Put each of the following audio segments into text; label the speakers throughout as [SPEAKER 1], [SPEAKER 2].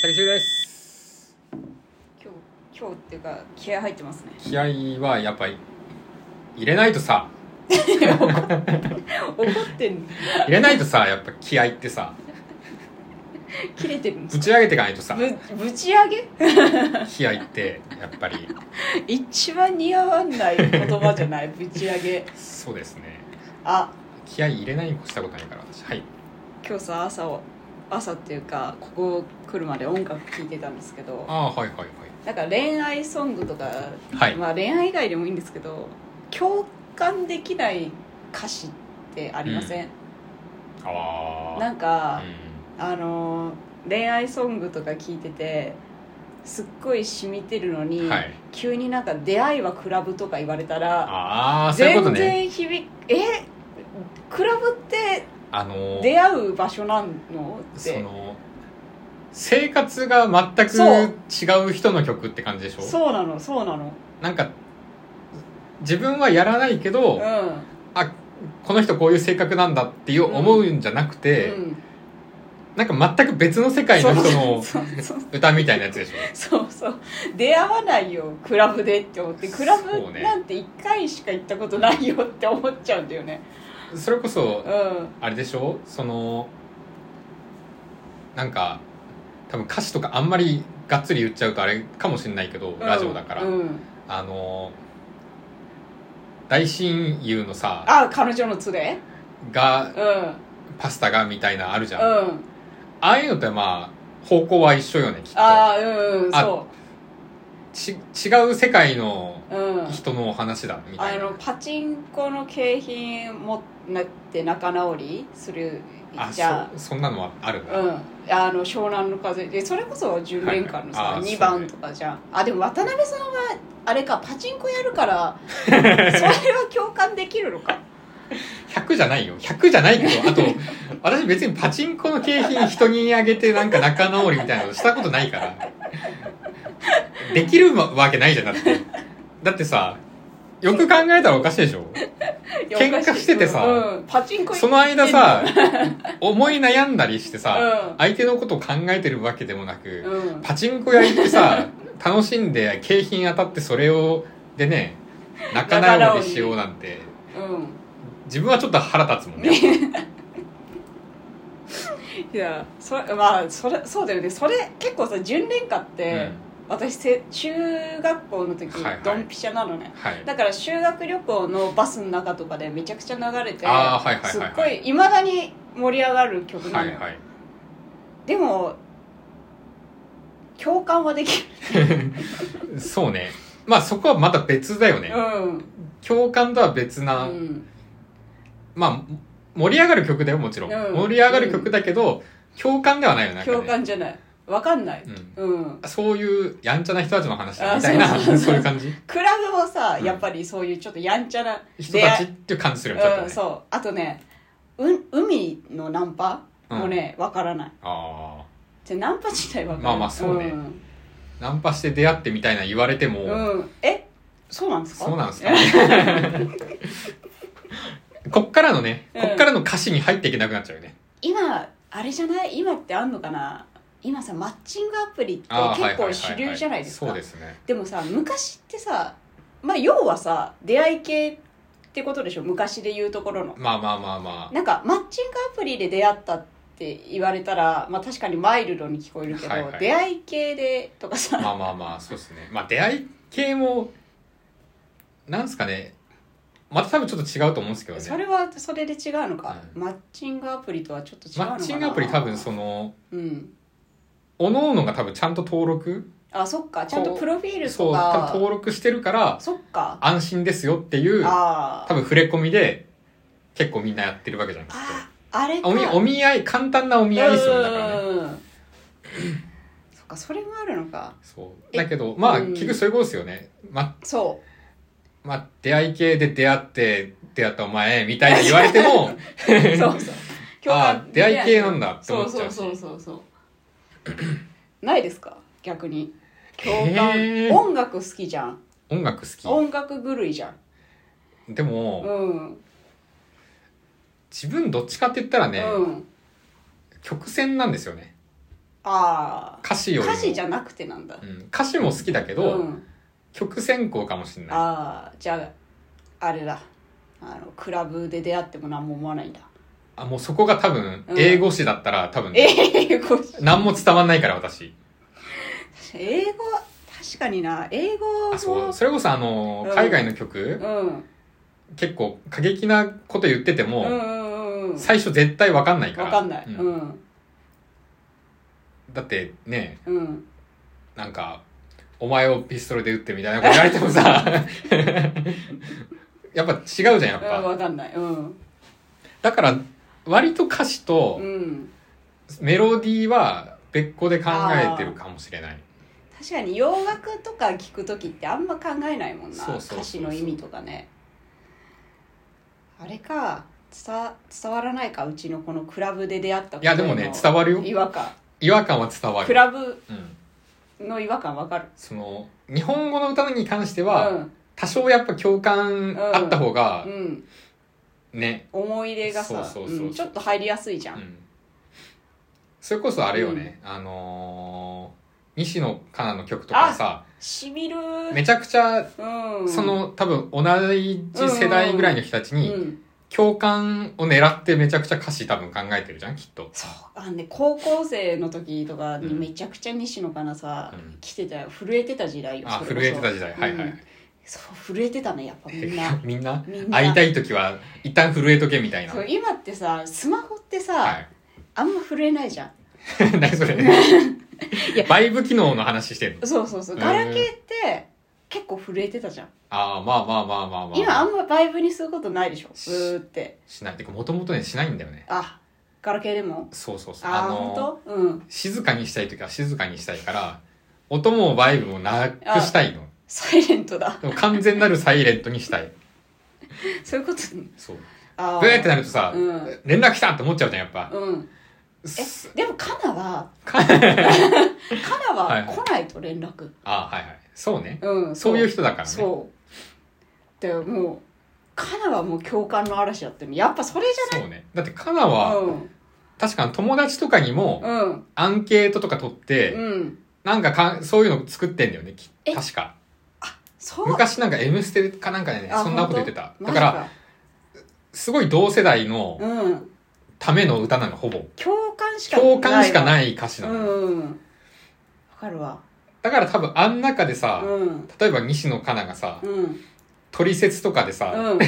[SPEAKER 1] 最終です
[SPEAKER 2] 今日今日っていうか気合入ってますね
[SPEAKER 1] 気合はやっぱり入れないとさ
[SPEAKER 2] 怒ってんの
[SPEAKER 1] 入れないとさやっぱ気合ってさ
[SPEAKER 2] 切れてるんです
[SPEAKER 1] ぶち上げていかないとさ
[SPEAKER 2] ぶぶち上げ
[SPEAKER 1] 気合ってやっぱり
[SPEAKER 2] 一番似合わない言葉じゃ ないぶち上げ
[SPEAKER 1] そうですね
[SPEAKER 2] あ
[SPEAKER 1] 気合入れないに越したことないから私はい
[SPEAKER 2] 今日さ朝を朝っていうかここ来るまで音楽聴いてたんですけど
[SPEAKER 1] ああはいはいはい
[SPEAKER 2] なんか恋愛ソングとか、
[SPEAKER 1] はい
[SPEAKER 2] まあ恋愛以外でもいいんですけど共感できない歌詞ってありません、
[SPEAKER 1] ああ
[SPEAKER 2] なんか
[SPEAKER 1] う、ん
[SPEAKER 2] あの恋愛ソングとか聞いててすっごい染みてるのに、
[SPEAKER 1] はい
[SPEAKER 2] 急になんか出会いはクラブとか言われたら
[SPEAKER 1] ああそういうこと
[SPEAKER 2] 全
[SPEAKER 1] ね
[SPEAKER 2] 然響くえクラブって
[SPEAKER 1] あのー
[SPEAKER 2] 出会う場所なのっ
[SPEAKER 1] そ
[SPEAKER 2] て
[SPEAKER 1] の生活が全く
[SPEAKER 2] そう
[SPEAKER 1] 違う人の曲って感じでしょ
[SPEAKER 2] そうなのそうなの
[SPEAKER 1] なんか自分はやらないけど、
[SPEAKER 2] うん
[SPEAKER 1] あこの人こういう性格なんだっていう思うんじゃなくて、
[SPEAKER 2] うん
[SPEAKER 1] なんか全く別の世界の人の
[SPEAKER 2] そうそう
[SPEAKER 1] 歌みたいなやつでしょ
[SPEAKER 2] そうそう出会わないよクラブでって思ってクラ
[SPEAKER 1] そう
[SPEAKER 2] ブ
[SPEAKER 1] ね
[SPEAKER 2] なんて1回しか行ったことないよって思っちゃうんだよね
[SPEAKER 1] それこそ
[SPEAKER 2] うん
[SPEAKER 1] あれでしょそのなんか多分歌詞とかあんまりがっつり言っちゃうとあれかもしれないけど、ラジオだから、
[SPEAKER 2] うん、
[SPEAKER 1] あの大親友のさ
[SPEAKER 2] あ彼女の連れ
[SPEAKER 1] が
[SPEAKER 2] うん
[SPEAKER 1] パスタがみたいなあるじゃん、あ
[SPEAKER 2] うん
[SPEAKER 1] あいうのってまあ方向は一緒よねきっと
[SPEAKER 2] ああうんうん
[SPEAKER 1] あ
[SPEAKER 2] そ
[SPEAKER 1] ち違う世界の
[SPEAKER 2] ううん
[SPEAKER 1] 人のお話だみ
[SPEAKER 2] あ
[SPEAKER 1] たいな、
[SPEAKER 2] のパチンコの景品持って仲直りする
[SPEAKER 1] あ
[SPEAKER 2] じゃん
[SPEAKER 1] そそんなのはあるんだ、
[SPEAKER 2] うん、あの湘南の風でそれこそ10年間のさ、
[SPEAKER 1] はいはいあー
[SPEAKER 2] 2
[SPEAKER 1] そう
[SPEAKER 2] 番
[SPEAKER 1] ね
[SPEAKER 2] とかじゃんあでも渡辺さんはあれかパチンコやるから それは共感できるのか
[SPEAKER 1] 100じゃないよ100じゃないけどあ と私別にパチンコの景品人にあげてなんか仲直りみたいなのしたことないからできるわけないじゃなくてだってさよく考えたらおかしいでしょ喧嘩しててさ
[SPEAKER 2] うんうんパチンコ行って
[SPEAKER 1] そ
[SPEAKER 2] ん
[SPEAKER 1] の間さ思い悩んだりしてさ、
[SPEAKER 2] うん
[SPEAKER 1] 相手のことを考えてるわけでもなく、
[SPEAKER 2] うん
[SPEAKER 1] パチンコ屋行ってさ楽しんで景品当たってそれをでね仲直りしようなんて自分はちょっと腹立つもんね
[SPEAKER 2] うんいやそれまあそれそうだよねそれ結構さ10年間って、私せ中学校の時、
[SPEAKER 1] はいはい
[SPEAKER 2] ドンピシャなのね
[SPEAKER 1] はい
[SPEAKER 2] だから修学旅行のバスの中とかでめちゃくちゃ流れて
[SPEAKER 1] あーはいはいはいはい
[SPEAKER 2] すっごいいまだに盛り上がる曲な
[SPEAKER 1] は
[SPEAKER 2] の、
[SPEAKER 1] いはい
[SPEAKER 2] でも共感はでき
[SPEAKER 1] そうね。まあそこはまた別だよね
[SPEAKER 2] る、。うん
[SPEAKER 1] 共感とは別
[SPEAKER 2] う
[SPEAKER 1] な、
[SPEAKER 2] ん、
[SPEAKER 1] まあ盛り上がる曲だよ、もちろん。
[SPEAKER 2] うん
[SPEAKER 1] 盛り上がる曲だけど、共感ではないよね。なんかね
[SPEAKER 2] 共感じゃないわかんない
[SPEAKER 1] うん
[SPEAKER 2] うん
[SPEAKER 1] そういうやんちゃな人たちの話だ
[SPEAKER 2] あ
[SPEAKER 1] みたいな、
[SPEAKER 2] そ う
[SPEAKER 1] そ
[SPEAKER 2] そうう
[SPEAKER 1] いう感じ
[SPEAKER 2] クラブもさ、
[SPEAKER 1] うん
[SPEAKER 2] やっぱりそういうちょっとやんちゃな
[SPEAKER 1] 人たちっていう感じするよね、ちょっと
[SPEAKER 2] うん、
[SPEAKER 1] ね。
[SPEAKER 2] そうあとねう海のナンパもねわからない
[SPEAKER 1] あ
[SPEAKER 2] じゃあナンパ自体わからない
[SPEAKER 1] まあまあそうね
[SPEAKER 2] ん
[SPEAKER 1] あ。ナンパして出会ってみたいな言われても、
[SPEAKER 2] うん、えそうなんですか
[SPEAKER 1] そうなんですか ね。こっからのね、こっからの歌詞に入っていけなくなっちゃうよね。
[SPEAKER 2] 今あれじゃない今ってあんのかな今さマッチングアプリって
[SPEAKER 1] ああはい
[SPEAKER 2] 結
[SPEAKER 1] はいは
[SPEAKER 2] 構
[SPEAKER 1] い
[SPEAKER 2] 主流じゃないですか
[SPEAKER 1] そうですね。
[SPEAKER 2] でもさ昔ってさまあ要はさ出会い系ってことでしょ昔で言うところの
[SPEAKER 1] まあまあまあま
[SPEAKER 2] なんかマッチングアプリで出会ったって言われたら、まあ、確かにマイルドに聞こえるけど、
[SPEAKER 1] はいはい
[SPEAKER 2] 出会い系でとかさ、
[SPEAKER 1] あ。まあまあまあ、そうですね。まあ出会い系も、なんすかね、また多分ちょっと違うと思うんですけど
[SPEAKER 2] そ
[SPEAKER 1] ね。
[SPEAKER 2] れはそれで違うのか、
[SPEAKER 1] はい
[SPEAKER 2] マッチングアプリとはちょっと違うの
[SPEAKER 1] マ
[SPEAKER 2] かな
[SPEAKER 1] ッチングアプリ多分その、
[SPEAKER 2] うん
[SPEAKER 1] おのおのが多分ちゃんと登録
[SPEAKER 2] あそっかちゃんとプロフィール
[SPEAKER 1] そ
[SPEAKER 2] と
[SPEAKER 1] う、多分
[SPEAKER 2] か
[SPEAKER 1] 登録してるから、
[SPEAKER 2] そっか
[SPEAKER 1] 安心ですよっていう、
[SPEAKER 2] ああ
[SPEAKER 1] 多分触れ込みで、結構みんなやってるわけじゃん、きっ
[SPEAKER 2] ああれ
[SPEAKER 1] と。
[SPEAKER 2] か
[SPEAKER 1] おみ、お見合い、簡単なお見合いですよね、だからね。
[SPEAKER 2] うんそっかそれもあるのか
[SPEAKER 1] そう。だけど、まあ、
[SPEAKER 2] うん
[SPEAKER 1] 結局そういうことですよね。ま、
[SPEAKER 2] そ
[SPEAKER 1] まあ、出会い系で出会って、出会ったお前、みたいな言われても、
[SPEAKER 2] う そうそう
[SPEAKER 1] あー出会い系なん
[SPEAKER 2] だ
[SPEAKER 1] だって
[SPEAKER 2] そ
[SPEAKER 1] 思
[SPEAKER 2] う
[SPEAKER 1] っち
[SPEAKER 2] そ
[SPEAKER 1] ゃ
[SPEAKER 2] う
[SPEAKER 1] うし。
[SPEAKER 2] そうそうそうないですか逆に共感、
[SPEAKER 1] へー
[SPEAKER 2] 音楽好きじゃん
[SPEAKER 1] 音楽好
[SPEAKER 2] 音楽狂いじゃん
[SPEAKER 1] き。でも、
[SPEAKER 2] うん、
[SPEAKER 1] 自分どっちかって言ったらね、
[SPEAKER 2] うん
[SPEAKER 1] 曲線なんですよね
[SPEAKER 2] ああ
[SPEAKER 1] 歌詞よりも
[SPEAKER 2] 歌詞じゃなくてなんだ
[SPEAKER 1] うん、歌詞も好きだけど、
[SPEAKER 2] うん、
[SPEAKER 1] 曲選考かもしれない
[SPEAKER 2] ああじゃああれだあのクラブで出会っても何も思わないんだ
[SPEAKER 1] あもうそこが多分
[SPEAKER 2] うん
[SPEAKER 1] 英語詞だったら多分、
[SPEAKER 2] 英語
[SPEAKER 1] 何も伝わんないから私
[SPEAKER 2] 英語確かにな英語も
[SPEAKER 1] あそうそれこそあの
[SPEAKER 2] うん
[SPEAKER 1] 海外の曲、
[SPEAKER 2] うん
[SPEAKER 1] 結構過激なこと言ってても、
[SPEAKER 2] うんうんうん
[SPEAKER 1] 最初絶対わかんないから
[SPEAKER 2] わかんない、
[SPEAKER 1] う
[SPEAKER 2] うんん
[SPEAKER 1] だってね
[SPEAKER 2] うん、
[SPEAKER 1] なんかお前をピストルで撃ってみたいなこと言われてもさ やっぱ違うじゃんやっ
[SPEAKER 2] うん、
[SPEAKER 1] ぱ
[SPEAKER 2] わかんないうん
[SPEAKER 1] だから割と歌詞と
[SPEAKER 2] うん
[SPEAKER 1] メロディーは別個で考えてるかもしれない
[SPEAKER 2] 確かに洋楽とか聞く時ってあんま考えないもんな
[SPEAKER 1] そうそうそうそう
[SPEAKER 2] 歌詞の意味とかねあれか伝わ伝わらないかうちのこのクラブで出会った
[SPEAKER 1] いやでもね伝わるよ
[SPEAKER 2] 違和感
[SPEAKER 1] 違和感は伝わ
[SPEAKER 2] ク
[SPEAKER 1] る、
[SPEAKER 2] ラブ
[SPEAKER 1] うん、
[SPEAKER 2] の違和感わかる
[SPEAKER 1] その日本語の歌に関して
[SPEAKER 2] う
[SPEAKER 1] は
[SPEAKER 2] ん
[SPEAKER 1] 多少やっぱ共感あった方が
[SPEAKER 2] うん、
[SPEAKER 1] ね、
[SPEAKER 2] 思い出がさ
[SPEAKER 1] そうそうそうそう
[SPEAKER 2] うんちょっと入りやすいじゃ、
[SPEAKER 1] うんん、それこそあれよね、あのー西野カナの曲とかさ
[SPEAKER 2] しみる
[SPEAKER 1] めちゃくちゃ
[SPEAKER 2] うん
[SPEAKER 1] その多分同じ世代ぐらいの人たち
[SPEAKER 2] う
[SPEAKER 1] に
[SPEAKER 2] ん、
[SPEAKER 1] 共感を狙ってめちゃくちゃ歌詞多分考えてるじゃんきっと、
[SPEAKER 2] そうあのね高校生の時とかにめちゃくちゃ西野かなさ、
[SPEAKER 1] うん
[SPEAKER 2] 来てたよ震えてた時代よ
[SPEAKER 1] あ
[SPEAKER 2] それ
[SPEAKER 1] 震
[SPEAKER 2] こそ
[SPEAKER 1] えてた時代はいは
[SPEAKER 2] うん
[SPEAKER 1] い、
[SPEAKER 2] そう震えてたねやっぱみんな
[SPEAKER 1] みんな
[SPEAKER 2] みんな
[SPEAKER 1] 会いたい時は一旦震えとけみたいな
[SPEAKER 2] そう今ってさスマホってさ、
[SPEAKER 1] はい
[SPEAKER 2] あんま震えないじゃん
[SPEAKER 1] 何 それ
[SPEAKER 2] や
[SPEAKER 1] バイブ機能の話してるの
[SPEAKER 2] そうそうそう
[SPEAKER 1] へー
[SPEAKER 2] ガラケーって結構震えてたじゃん、
[SPEAKER 1] ああまあまあまあまあまあ
[SPEAKER 2] 今あんまバイブにすることないでしょずーって
[SPEAKER 1] しないてかもともとねしないんだよね
[SPEAKER 2] あガラケーでも
[SPEAKER 1] そうそうそう
[SPEAKER 2] ああー
[SPEAKER 1] の
[SPEAKER 2] ほんとうん
[SPEAKER 1] 静かにしたい時は静かにしたいから音もバイブもなくした いの
[SPEAKER 2] サイレントだ
[SPEAKER 1] でも完全なるサイレントにしたい
[SPEAKER 2] そういうこと
[SPEAKER 1] そう
[SPEAKER 2] あ
[SPEAKER 1] ブーってな
[SPEAKER 2] る
[SPEAKER 1] るとさ、
[SPEAKER 2] うん
[SPEAKER 1] 連絡来たって思っちゃうじゃんやっぱ、
[SPEAKER 2] うん
[SPEAKER 1] す
[SPEAKER 2] でもカナは
[SPEAKER 1] か
[SPEAKER 2] カナ
[SPEAKER 1] はい
[SPEAKER 2] は
[SPEAKER 1] はい
[SPEAKER 2] 来ないと連絡、
[SPEAKER 1] あはいはいそうね、
[SPEAKER 2] うん
[SPEAKER 1] そういう人だからね
[SPEAKER 2] そうでもうカナはもう共感の嵐やってるやっぱそれじ
[SPEAKER 1] そうねだってカナ
[SPEAKER 2] ゃない
[SPEAKER 1] は
[SPEAKER 2] うん
[SPEAKER 1] 確かに友達とかにも
[SPEAKER 2] うん
[SPEAKER 1] アンケートとか取って、
[SPEAKER 2] うん
[SPEAKER 1] なんかかんそういうの作ってんだよねき
[SPEAKER 2] え
[SPEAKER 1] 確か
[SPEAKER 2] そう
[SPEAKER 1] 昔なんか「M ステ」かなんかでね
[SPEAKER 2] あ
[SPEAKER 1] そんなこと言ってた
[SPEAKER 2] ほん
[SPEAKER 1] だ
[SPEAKER 2] と
[SPEAKER 1] からすごい同世代の
[SPEAKER 2] マジかうん
[SPEAKER 1] ための歌なのほぼ
[SPEAKER 2] 共感しか
[SPEAKER 1] 共感しか
[SPEAKER 2] い
[SPEAKER 1] ない歌詞な
[SPEAKER 2] わう
[SPEAKER 1] の、
[SPEAKER 2] んわかるわ
[SPEAKER 1] だから多分あん中でさ、
[SPEAKER 2] うん
[SPEAKER 1] 例えば西野カナがさ
[SPEAKER 2] うん
[SPEAKER 1] 「トリセツ」とかでさ、
[SPEAKER 2] うん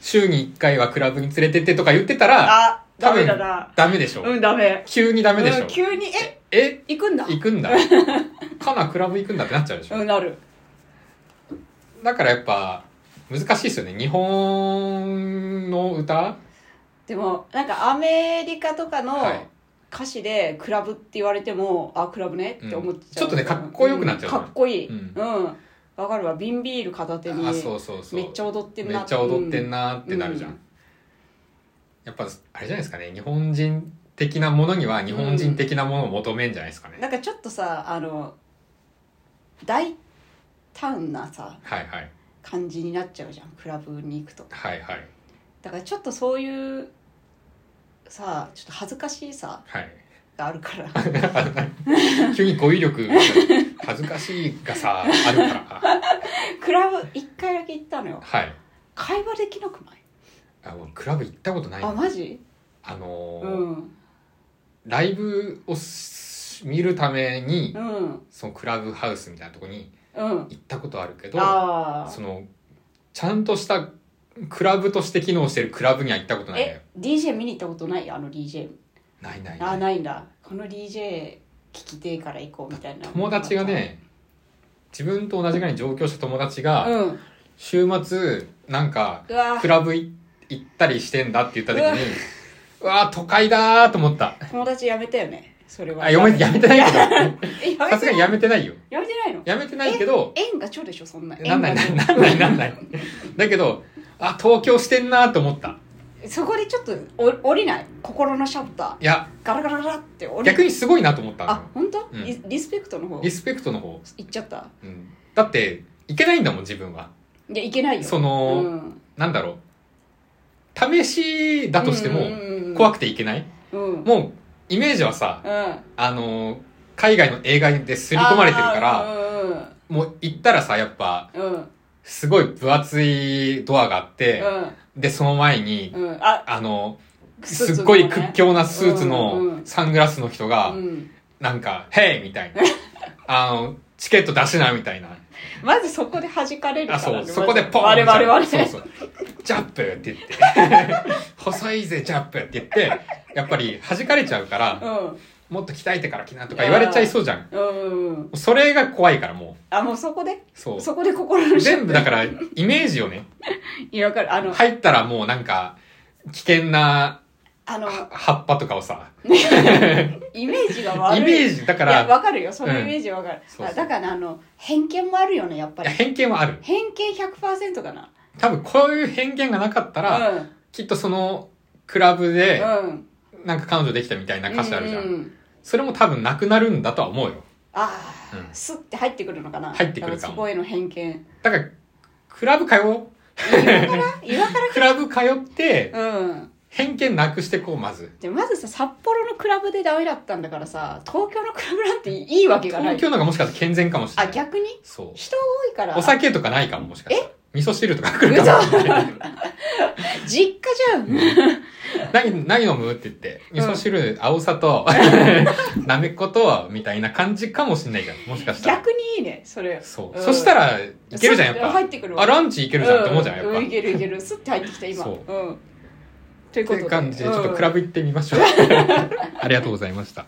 [SPEAKER 1] 週に1回はクラブに連れてってとか言ってたら
[SPEAKER 2] あ
[SPEAKER 1] 多
[SPEAKER 2] ダメ
[SPEAKER 1] 分
[SPEAKER 2] だな
[SPEAKER 1] ダメでしょ、
[SPEAKER 2] うんダメ
[SPEAKER 1] 急にダメでしょ、
[SPEAKER 2] うん急にえ
[SPEAKER 1] え
[SPEAKER 2] 行くんだ
[SPEAKER 1] 行くん だカナクラブ行くんだってなっちゃうでしょ、
[SPEAKER 2] うんなる
[SPEAKER 1] だからやっぱ難しいですよね日本の歌
[SPEAKER 2] でもなんかアメリカとかの
[SPEAKER 1] はい
[SPEAKER 2] 歌詞でクラブって言われても、あクラブねって思っちゃう、
[SPEAKER 1] うんちょっとねかっこよくなっちゃう
[SPEAKER 2] かっこいい
[SPEAKER 1] うん
[SPEAKER 2] うんわ、かるわ瓶ビール片手に
[SPEAKER 1] あそうそうそう
[SPEAKER 2] めっちゃ踊ってん
[SPEAKER 1] め
[SPEAKER 2] な
[SPEAKER 1] っちゃ踊ってんなってなるじゃん、
[SPEAKER 2] うん
[SPEAKER 1] やっぱあれじゃないですかね日本人的なものには日本人的なものを求めんじゃないですかね、
[SPEAKER 2] うんなんかちょっとさあの大胆なさ
[SPEAKER 1] はいはい
[SPEAKER 2] 感じになっちゃうじゃんクラブに行くと
[SPEAKER 1] はいはい
[SPEAKER 2] だからちょっとそういうさちょっと恥ずかしいさ
[SPEAKER 1] はい
[SPEAKER 2] があるから
[SPEAKER 1] 急に語彙力恥ずかしいがさある から
[SPEAKER 2] クラブ一回だけ行ったのよ
[SPEAKER 1] はい
[SPEAKER 2] 会話できなくない
[SPEAKER 1] あ俺クラブ行ったことない
[SPEAKER 2] あ
[SPEAKER 1] あ
[SPEAKER 2] マジ
[SPEAKER 1] のー
[SPEAKER 2] うん
[SPEAKER 1] ライブをし見るために、
[SPEAKER 2] うん
[SPEAKER 1] そのクラブハウスみたいなとこに
[SPEAKER 2] うん
[SPEAKER 1] 行ったことあるけど
[SPEAKER 2] あ
[SPEAKER 1] そ
[SPEAKER 2] あ
[SPEAKER 1] のちゃんとしたクラブとして機能してるクラブには行ったことないのよ
[SPEAKER 2] え DJ 見に行ったことないあの DJ
[SPEAKER 1] ないない
[SPEAKER 2] あ
[SPEAKER 1] ない
[SPEAKER 2] ないんだこの DJ 聞きてえから行こうみたいな
[SPEAKER 1] 友達がね自分と同じぐらいに上京した友達
[SPEAKER 2] う
[SPEAKER 1] が
[SPEAKER 2] ん
[SPEAKER 1] 週末なんか
[SPEAKER 2] うわ
[SPEAKER 1] クラブい行ったりしてんだって言った時にうわー都会だーと思った
[SPEAKER 2] 友達やめたよねそれは
[SPEAKER 1] あやめやめてないけ
[SPEAKER 2] えや
[SPEAKER 1] ど
[SPEAKER 2] め
[SPEAKER 1] さすが
[SPEAKER 2] てない
[SPEAKER 1] にやめてないよ
[SPEAKER 2] やめてないの
[SPEAKER 1] やめてないけど
[SPEAKER 2] 縁がちょでしょそん な
[SPEAKER 1] なんない
[SPEAKER 2] 縁が
[SPEAKER 1] な
[SPEAKER 2] ち
[SPEAKER 1] ん
[SPEAKER 2] ょ
[SPEAKER 1] ないなんないなんないだけどあ東京してんなーと思った
[SPEAKER 2] そこでちょっとお降りない心のシャッター
[SPEAKER 1] いや
[SPEAKER 2] ガラガラガラって降り
[SPEAKER 1] 逆にすごいなと思ったの
[SPEAKER 2] あ本当、
[SPEAKER 1] うん
[SPEAKER 2] リリスペクトの方
[SPEAKER 1] リスペクトの方、
[SPEAKER 2] 行っちゃった
[SPEAKER 1] うん、だっていけないんだもん自分はい
[SPEAKER 2] やいけないよ
[SPEAKER 1] その
[SPEAKER 2] うん
[SPEAKER 1] なんだろう試しだとしても
[SPEAKER 2] うんうんうん
[SPEAKER 1] 怖くていけない
[SPEAKER 2] うん
[SPEAKER 1] もうイメージはさ、
[SPEAKER 2] うん
[SPEAKER 1] あのー海外の映画ですり込まれてるから、
[SPEAKER 2] あ
[SPEAKER 1] もう行ったらさ、やっぱ、
[SPEAKER 2] ーうんうんうん
[SPEAKER 1] すごい分厚いドアがあって、で、その前に、
[SPEAKER 2] うんうんあ
[SPEAKER 1] あの、
[SPEAKER 2] スーツ
[SPEAKER 1] す
[SPEAKER 2] の
[SPEAKER 1] っごい屈強なスーツ
[SPEAKER 2] うんう
[SPEAKER 1] の
[SPEAKER 2] ん
[SPEAKER 1] サングラスの人が
[SPEAKER 2] う、ん
[SPEAKER 1] なんか、へいみたい な。あの、チケット出しなみたいな。
[SPEAKER 2] まずそこで弾かれるか
[SPEAKER 1] あ、
[SPEAKER 2] ら
[SPEAKER 1] そ
[SPEAKER 2] ま
[SPEAKER 1] う、
[SPEAKER 2] ず
[SPEAKER 1] そこでポン
[SPEAKER 2] 我々はね
[SPEAKER 1] そうそう。ジャップって言って。 細いぜ、ジャップって言って、やっぱり弾かれちゃうから、もっと鍛えてから来なとか言われちゃいそうじゃん。
[SPEAKER 2] うんうんうん
[SPEAKER 1] それが怖いからも
[SPEAKER 2] あもうそこで
[SPEAKER 1] う。そう。
[SPEAKER 2] そこで心の
[SPEAKER 1] 全部だからら、イメージよね。
[SPEAKER 2] いやわかるあの、
[SPEAKER 1] 入ったらもうなんか、危険な
[SPEAKER 2] あの
[SPEAKER 1] は葉っぱとかをさ、
[SPEAKER 2] イメージが悪い
[SPEAKER 1] イメージ、だか
[SPEAKER 2] いや
[SPEAKER 1] ら、
[SPEAKER 2] わかるよそのイメージわかる、
[SPEAKER 1] そうそう
[SPEAKER 2] あだからあの偏見もあるよねやっぱ
[SPEAKER 1] い
[SPEAKER 2] り
[SPEAKER 1] や偏見はある。
[SPEAKER 2] 偏見100%かな
[SPEAKER 1] 多分こういう偏見がなかったら、
[SPEAKER 2] うん
[SPEAKER 1] きっとその、クラブで、
[SPEAKER 2] うん
[SPEAKER 1] なんか彼女できたみたいな歌詞あるじゃ。
[SPEAKER 2] うんん
[SPEAKER 1] それも多分なくなるんだとは思うよ。
[SPEAKER 2] ああ、
[SPEAKER 1] うん
[SPEAKER 2] スッて入ってくるのかな
[SPEAKER 1] 入ってくるかも
[SPEAKER 2] 多分そこへの偏見
[SPEAKER 1] だから、クラブ通おう。
[SPEAKER 2] 今か
[SPEAKER 1] クラブ通って、
[SPEAKER 2] らうん
[SPEAKER 1] 偏見なくしてこう、まず。
[SPEAKER 2] でまずさ札幌のクラブでダメだったんだからさ東京のクラブなんていいわけがない
[SPEAKER 1] 東京の方がもしかしたら健全かもしれ
[SPEAKER 2] あ
[SPEAKER 1] ない。
[SPEAKER 2] 逆に
[SPEAKER 1] そう。
[SPEAKER 2] 人多いから
[SPEAKER 1] お酒とかないかも、もしかしたら。味噌汁とか来るかもしれない。
[SPEAKER 2] 実家じゃん、
[SPEAKER 1] 何、何飲むって言って、味噌汁、青さと、 なめこと、みたいな感じかもしんないじゃん。もしかしたら。
[SPEAKER 2] 逆にいいねそれ
[SPEAKER 1] そう。
[SPEAKER 2] うん
[SPEAKER 1] そしたら、いけるじゃん、やっ
[SPEAKER 2] そ
[SPEAKER 1] ぱ。
[SPEAKER 2] 入ってくるわ
[SPEAKER 1] あ、ランチいけるじゃんって思うじゃん、やっ
[SPEAKER 2] う
[SPEAKER 1] ぱ。
[SPEAKER 2] んい
[SPEAKER 1] っ
[SPEAKER 2] けるいけるスッて入ってきた今
[SPEAKER 1] そう
[SPEAKER 2] うんということ
[SPEAKER 1] て
[SPEAKER 2] で
[SPEAKER 1] 感じで、ちょっとクラ
[SPEAKER 2] ブ、
[SPEAKER 1] ブ行ってみましょう。ありがとうございました。